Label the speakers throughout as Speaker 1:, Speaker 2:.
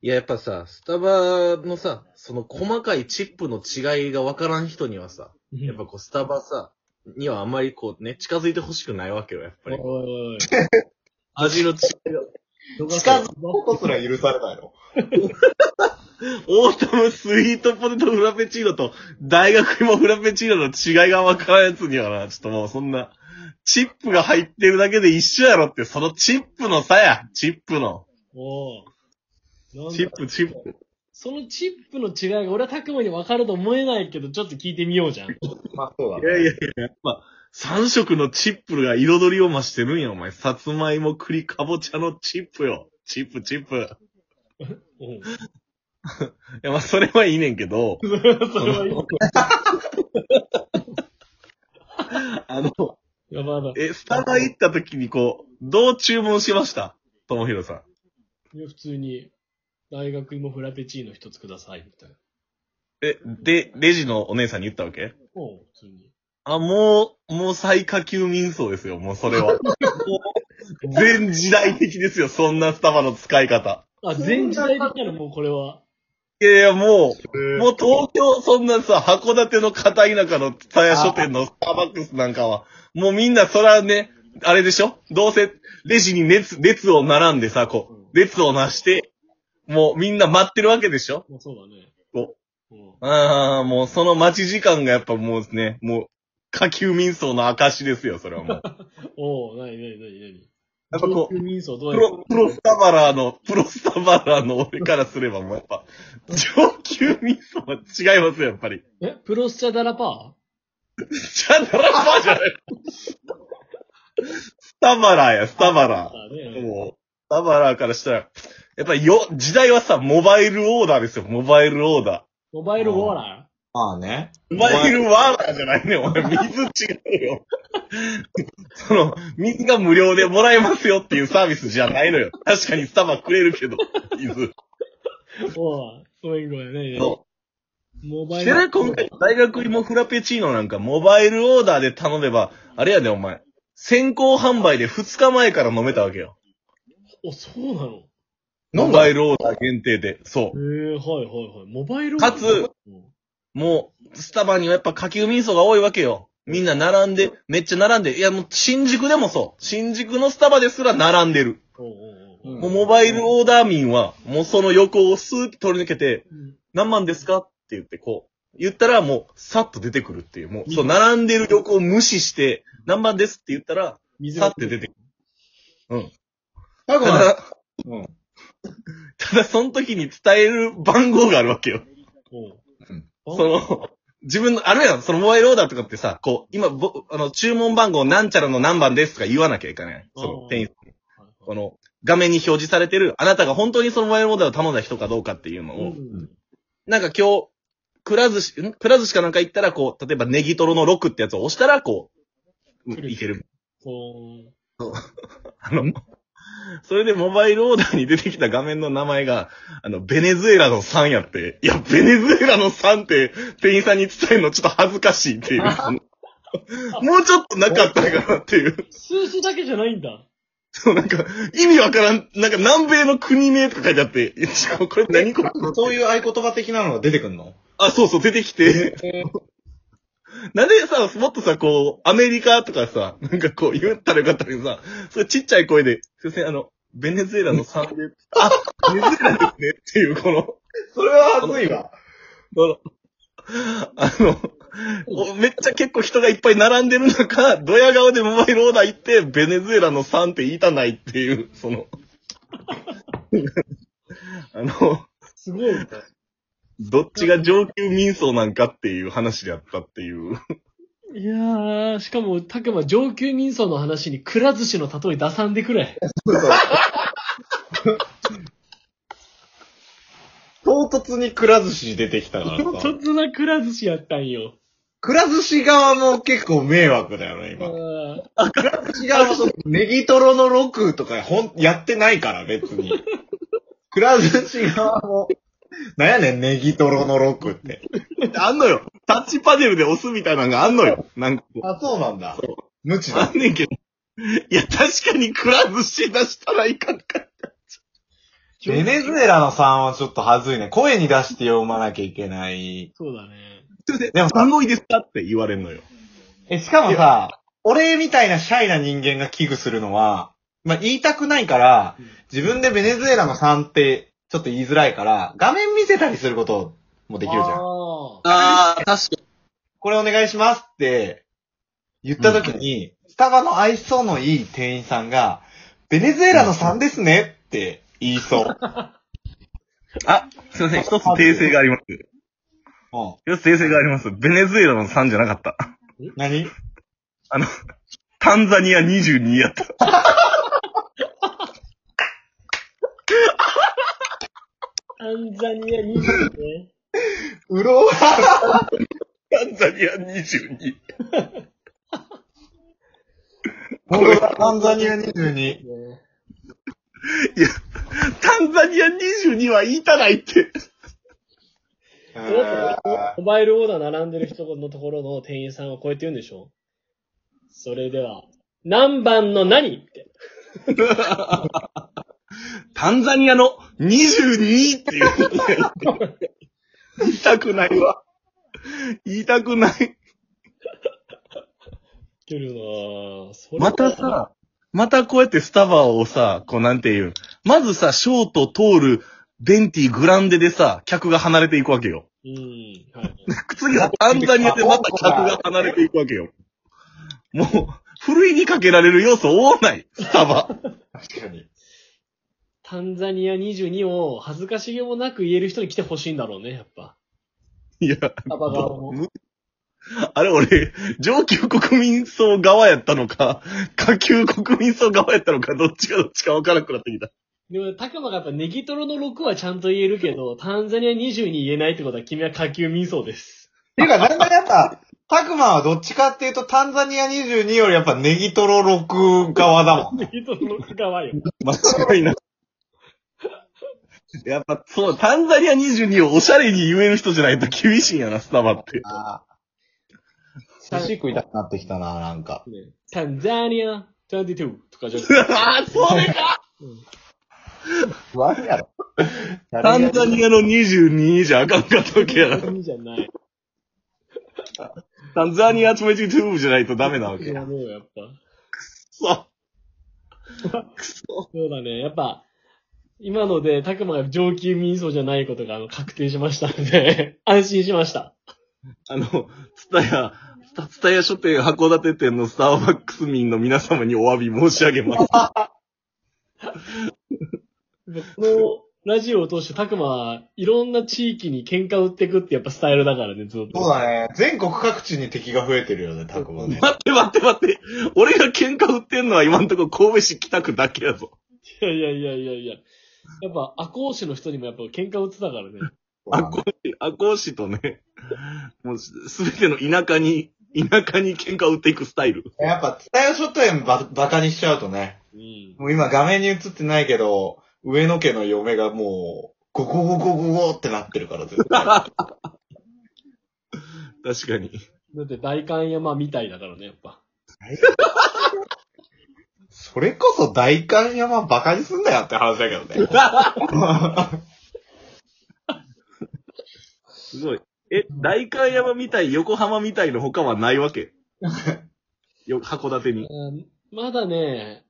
Speaker 1: いや、やっぱさ、スタバのさ、その細かいチップの違いがわからん人にはさ、やっぱこう、スタバさ、にはあんまりこうね、近づいてほしくないわけよ、やっぱ
Speaker 2: おい
Speaker 1: り。
Speaker 2: おいおい。
Speaker 1: 味の違いが。
Speaker 3: 近づくことすら許されないの。
Speaker 1: オータムスイートポテトフラペチーノと、大学芋フラペチーノの違いがわからんやつにはな、ちょっともうそんな、チップが入ってるだけで一緒やろって、そのチップの差や、チップの。
Speaker 2: おうなんだ
Speaker 1: チップ、チップ。
Speaker 2: そのチップの違いが俺はたくまに分かると思えないけど、ちょっと聞いてみようじゃん。
Speaker 3: まあそうだ
Speaker 1: いやいやいや、やっぱ、三色のチップが彩りを増してるんや、お前。さつまいも、栗、かぼちゃのチップよ。チップ、チップ。い
Speaker 2: おう
Speaker 1: や、まあ、それはいいねんけど、
Speaker 2: それはいい。
Speaker 1: あの、
Speaker 2: やばだ。
Speaker 1: え、スタバ行った時にこう、どう注文しましたともひろさん。
Speaker 2: いや普通に、大学芋フラペチーノ一つください、みたいな。
Speaker 1: え、で、レジのお姉さんに言ったわけ
Speaker 2: おう普通に。
Speaker 1: あ、もう、もう最下級民層ですよ、もうそれは。もう全時代的ですよ、そんなスタバの使い方。
Speaker 2: あ、全時代的なのもうこれは。
Speaker 1: いやいや、もう、
Speaker 3: も
Speaker 1: も
Speaker 3: う
Speaker 1: う東京、そんなさ、函館の片田舎の蔦屋書店のスターバックスなんかは、もうみんなそらね、あれでしょどうせ、レジに列、列を並んでさ、こう、列をなして、もうみんな待ってるわけでしょ
Speaker 2: まあそうだね。
Speaker 1: お
Speaker 2: おう
Speaker 1: ああ、もうその待ち時間がやっぱもうね、もう、下級民層の証ですよ、それはもう。
Speaker 2: おうなになになになに
Speaker 1: やっぱこう
Speaker 2: 上級民層どう
Speaker 1: プ
Speaker 2: や
Speaker 1: ロ、プロスタバラーの、プロスタバラーの俺からすればもうやっぱ、上級民層は違いますよ、やっぱり。
Speaker 2: え、プロスチャダラパ
Speaker 1: じゃあ、ドラマじゃない。スタバラーや、スタバ
Speaker 2: ー
Speaker 1: ラ
Speaker 2: だ
Speaker 1: ー。
Speaker 2: ね。
Speaker 1: もう、スタバラーからしたら、やっぱりよ、時代はさ、モバイルオーダーですよ、モバイルオーダ
Speaker 2: モバイルウォーラ
Speaker 3: まあね。
Speaker 1: ー。モバイルワーダーじゃないね、お前、水違うよ。その、水が無料でもらえますよっていうサービスじゃないのよ。確かにスタバくれるけど、水。
Speaker 2: ーおうごめんごめん。なにな
Speaker 1: そう
Speaker 2: にモバイ
Speaker 1: し
Speaker 2: ル
Speaker 1: て。な、今回、大学芋フラペチーノなんか、モバイルオーダーで頼めば、あれやで、お前。先行販売で2日前から飲めたわけよ。
Speaker 2: お、そうなの
Speaker 1: モバイルオーダー限定で。そ
Speaker 2: ええはいはいはい。モバイル
Speaker 1: かつ
Speaker 2: うん
Speaker 1: う。もう、スタバにはやっぱ下級民層が多いわけよ。みんな並んで、めっちゃ並んで。いや、もう、新宿でもそう。新宿のスタバですら並んでる。
Speaker 2: おうおうおう
Speaker 1: もう、モバイルオーダー民は、もうその横をスーッと取り抜けて、
Speaker 2: うん
Speaker 1: 何万ですかって言って、こう、言ったらもう、さっと出てくるっていう。もう、そう、並んでる横を無視して、何万ですって言ったら、
Speaker 2: 水
Speaker 1: さ
Speaker 2: が
Speaker 1: って出てくる。た
Speaker 3: ただ、
Speaker 1: だ、
Speaker 3: うん。
Speaker 1: ただその時に伝える番号があるわけよ。
Speaker 2: おう
Speaker 3: うん
Speaker 2: あ
Speaker 1: その、自分の、あるやん、そのモバイルオーダーとかってさ、こう、今、ぼ、あの、注文番号なんちゃらの何番ですとか言わなきゃいけない。そ
Speaker 2: あ
Speaker 1: の
Speaker 2: ー、
Speaker 1: 店員、
Speaker 2: はいはい
Speaker 1: この、画面に表示されてる、あなたが本当にそのモバイルオーダーを頼んだ人かどうかっていうのを、
Speaker 2: うん
Speaker 1: なんか今日、くら寿司、んくら寿司かなんか行ったら、こう、例えばネギトロの6ってやつを押したら、こう、
Speaker 2: 来る
Speaker 1: いける。
Speaker 2: こう
Speaker 1: あの、それでモバイルオーダーに出てきた画面の名前が、あの、ベネズエラの3やって、いや、ベネズエラの3って店員さんに伝えるのちょっと恥ずかしいっていう。あのもうちょっとなかったかなっていう。
Speaker 2: 数字だけじゃないんだ。
Speaker 1: そう、なんか、意味わからん、なんか南米の国名とか書いてあって、いやしかもこれ何これ
Speaker 3: そういう合言葉的なのが出てくんの
Speaker 1: あ、そうそう、出てきて。なんでさ、もっとさ、こう、アメリカとかさ、なんかこう言ったらよかったけどさ、それちっちゃい声で、すいません、あの、ベネズエラの3で、あ、ベネズエラですねっていう、この、
Speaker 3: それは恥ずいわ。
Speaker 1: この、あの、おめっちゃ結構人がいっぱい並んでる中、ドヤ顔でモバイルオーダー行って、ベネズエラの3って言いたないっていう、その、 あの、
Speaker 2: すごいんだ。
Speaker 1: どっちが上級民層なんかっていう話であったっていう。
Speaker 2: いやー、しかも、たくま上級民層の話にくら寿司の例え出さんでくれ。
Speaker 3: 唐突にくら寿司出てきたから
Speaker 2: 唐
Speaker 3: さ。
Speaker 2: 突なくら寿司やったんよ。
Speaker 3: くら寿司側も結構迷惑だよね、
Speaker 2: あー
Speaker 3: 今。違う、そのネギトロの6とか、ほん、やってないから、別 に。くら寿司側も、なんやねん、ネギトロの6って。
Speaker 1: あんのよ。タッチパネルで押すみたいなのがあんのよ。なんかこう。
Speaker 3: あ、そうなんだ。無知
Speaker 1: あ
Speaker 3: だ。
Speaker 1: んねんけど。いや、確かにくら寿司出したらいかんかった。
Speaker 3: ベネズエラの3はちょっとはずいね。声に出して読まなきゃいけない。
Speaker 2: そうだね。
Speaker 1: でも、番号いいですかって言われんのよ。
Speaker 3: え、しかもさ、俺みたいなシャイな人間が危惧するのは、まあ、言いたくないから
Speaker 2: うん、
Speaker 3: 自分でベネズエラの3ってちょっと言いづらいから、画面見せたりすることもできるじゃ
Speaker 2: あー
Speaker 3: ん。
Speaker 4: ああ、確か
Speaker 3: これお願いしますって言った時に、スタバの愛想のいい店員さんが、ベネズエラの3ですねって言いそう。
Speaker 1: あ、すいません。一つ訂正があります。
Speaker 3: うん。
Speaker 1: 一つ訂正があります。ベネズエラの3じゃなかった。
Speaker 3: 何
Speaker 1: タンザニア22やった。
Speaker 2: タンザニア20ね。
Speaker 3: うろう
Speaker 1: タンザニア22。
Speaker 3: タンザニア22。
Speaker 2: ね
Speaker 1: タンザニア22は言いたないって。
Speaker 3: う
Speaker 2: それだ
Speaker 3: ー
Speaker 2: ったらモバイルオーダー並んでる人のところの店員さんを超えて言うんでしょそれでは、何番の何って。
Speaker 1: タンザニアの22っていう。 言いたくないわ。言いたくない。
Speaker 2: 言ってるなぁ。それ
Speaker 1: また、さ、またこうやってスタバをさ、こうなんていうん。まずさ、ショート、通る、ベンティ、グランデでさ、客が離れていくわけよ。
Speaker 2: うん。はい。
Speaker 1: 次はタンザニアでまた客が離れていくわけよ。もう、ふるいにかけられる要素多ない、スタバ。
Speaker 3: 確かに。
Speaker 2: タンザニア22を恥ずかしげもなく言える人に来てほしいんだろうね、やっぱ。
Speaker 1: いや、
Speaker 2: スタバ側も。
Speaker 1: あれ俺、上級国民層側やったのか、下級国民層側やったのか、どっちがどっちかわからなくなってきた。
Speaker 2: でも、たくまがやっぱネギトロの6はちゃんと言えるけど、タンザニア20に言えないってことは君は下級民層 です。
Speaker 3: ていうか、なんだかんだ、タクマはどっちかっていうと、タンザニア22よりやっぱネギトロ6側だもん。
Speaker 2: ネギトロの6側よ。
Speaker 1: 間違いない。やっぱ、そう、タンザニア22をおしゃれに言える人じゃないと厳しいんやな、スタバって。
Speaker 3: あー寿司食いたくなってきたな、なんか。
Speaker 2: ねタンザニア22とかじゃなく て
Speaker 1: ああ、それか
Speaker 3: 不安やろ。
Speaker 1: タンザニアの22じゃあかんかったわけやな。
Speaker 2: いいじゃない。
Speaker 1: タンザニア22じゃないとダメなわけ
Speaker 2: いや
Speaker 1: や。
Speaker 2: もうやっぱ。
Speaker 1: そう。
Speaker 2: そうだね。やっぱ、今ので、たくまが上級民層じゃないことがあの確定しましたので、 安心しました。
Speaker 1: あの、ツタヤ、ツタヤ書店函館店のスターバックス民の皆様にお詫び申し上げます。
Speaker 2: このラジオを通して、たくまはいろんな地域に喧嘩売ってくってやっぱスタイルだからね、ずっと。
Speaker 3: そうだね。全国各地に敵が増えてるよね、タクマね。
Speaker 1: 待って待って待って。俺が喧嘩売ってんのは今んとこ神戸市北区だけやぞ。
Speaker 2: いやいやいやいやいや。やっぱ、赤穂市の人にもやっぱ喧嘩売ってたからね。
Speaker 1: 赤穂市、赤穂市とね、もうすべての田舎に、田舎に喧嘩売っていくスタイル。
Speaker 3: やっぱ、伝え書店ば、バカにしちゃうとね。
Speaker 2: うん。
Speaker 3: もう今画面に映ってないけど、上野家の嫁がもう、ゴゴゴゴゴゴってなってるから、絶対。
Speaker 1: 確かに。
Speaker 2: だって、大観山みたいだからね、やっぱ。
Speaker 3: それこそ大観山バカにすんなよって話だけどね。
Speaker 1: すごい。え、代官山みたい、横浜みたいの他はないわけよ、函館に。
Speaker 2: うんまだね、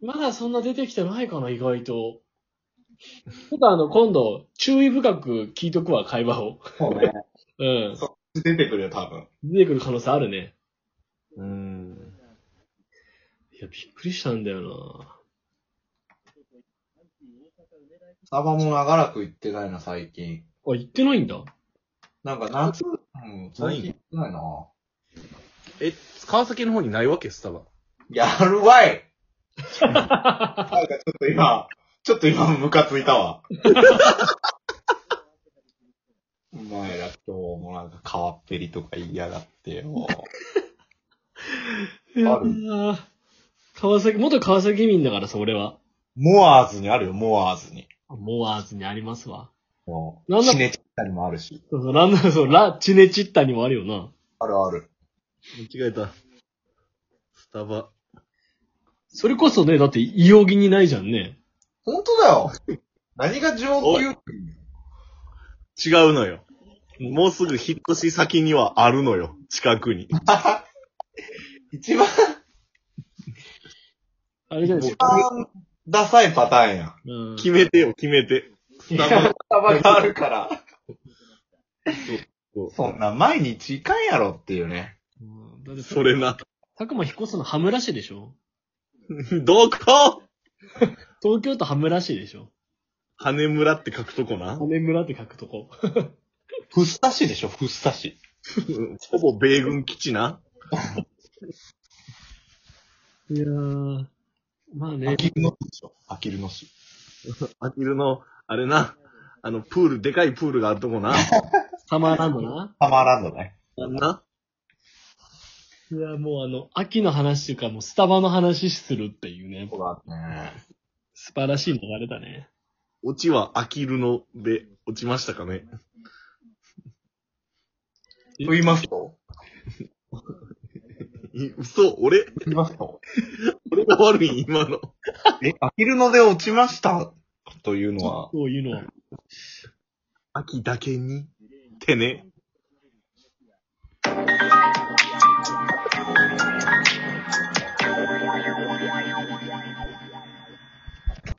Speaker 2: まだそんな出てきてないかな、意外と。ちょっとあの、今度、注意深く聞いとくわ、会話を。
Speaker 3: そうね。
Speaker 2: うん。
Speaker 3: 出てくるよ、多分。
Speaker 2: 出てくる可能性あるね。
Speaker 3: うん。
Speaker 2: いや、びっくりしたんだよ
Speaker 3: スタバも長らく行ってないな、最近。
Speaker 2: なあ、行ってないんだ。
Speaker 3: なんか夏、うん、最近行ってないな。
Speaker 1: え、川崎の方にないわけスタバ。
Speaker 3: やるわいなんかちょっと今、ちょっと今ムカついたわ。お前ら今日もなんか皮っぺりとか言いやがってよ。
Speaker 2: いやー川崎、元川崎民だからさ、俺は。
Speaker 3: モアーズにあるよ、モアーズに。
Speaker 2: モアーズにありますわ。
Speaker 3: も
Speaker 2: なん
Speaker 3: う、
Speaker 2: だ
Speaker 3: シネチッタにもあるし。
Speaker 2: そうそう、なんだろう、そう、ラ・チネチッタにもあるよな。
Speaker 3: あるある。
Speaker 1: 間違えた。スタバ。
Speaker 2: それこそね、だって、いおぎにないじゃんね。
Speaker 3: ほんとだよ。何が上級
Speaker 1: 違うのよ。もうすぐ引っ越し先にはあるのよ。近くに。
Speaker 3: 一番、
Speaker 2: あれじゃないで
Speaker 3: 一
Speaker 2: すか。
Speaker 3: 番ダサいパターンや。
Speaker 2: うん
Speaker 1: 決めてよ、決めて。スタバ
Speaker 3: 幅があるから。
Speaker 1: そう
Speaker 3: そんな毎日いかんやろっていうね。
Speaker 2: うんだって
Speaker 1: それな。
Speaker 2: 佐久間引っ越すの羽村市でしょ
Speaker 1: どこ
Speaker 2: 東京都羽村市でしょ
Speaker 1: 羽村って書くとこな。
Speaker 2: 羽村って書くとこ。
Speaker 3: ふっさしでしょ、ふっさし。
Speaker 1: ほぼ米軍基地な。
Speaker 2: いやー。まあね
Speaker 3: あ。きるの市でしょ、あきるの市。
Speaker 1: アヒルの、あれな。あの、プール、でかいプールがあるとこな。
Speaker 2: サマーランドな。
Speaker 3: たまらんのね。
Speaker 1: あんな。
Speaker 2: いや、もうあの、秋の話というか、もうスタバの話するっていうね。
Speaker 3: そうだね。
Speaker 2: 素晴らしい流れだね。
Speaker 1: オチはアヒルので落ちましたかね。
Speaker 3: と言いますと
Speaker 1: い嘘、俺、
Speaker 3: と言いますと
Speaker 1: 俺が悪い、今の。
Speaker 3: え、アヒルので落ちましたというのは、
Speaker 2: そういうのは。
Speaker 1: 秋だけに、ってね。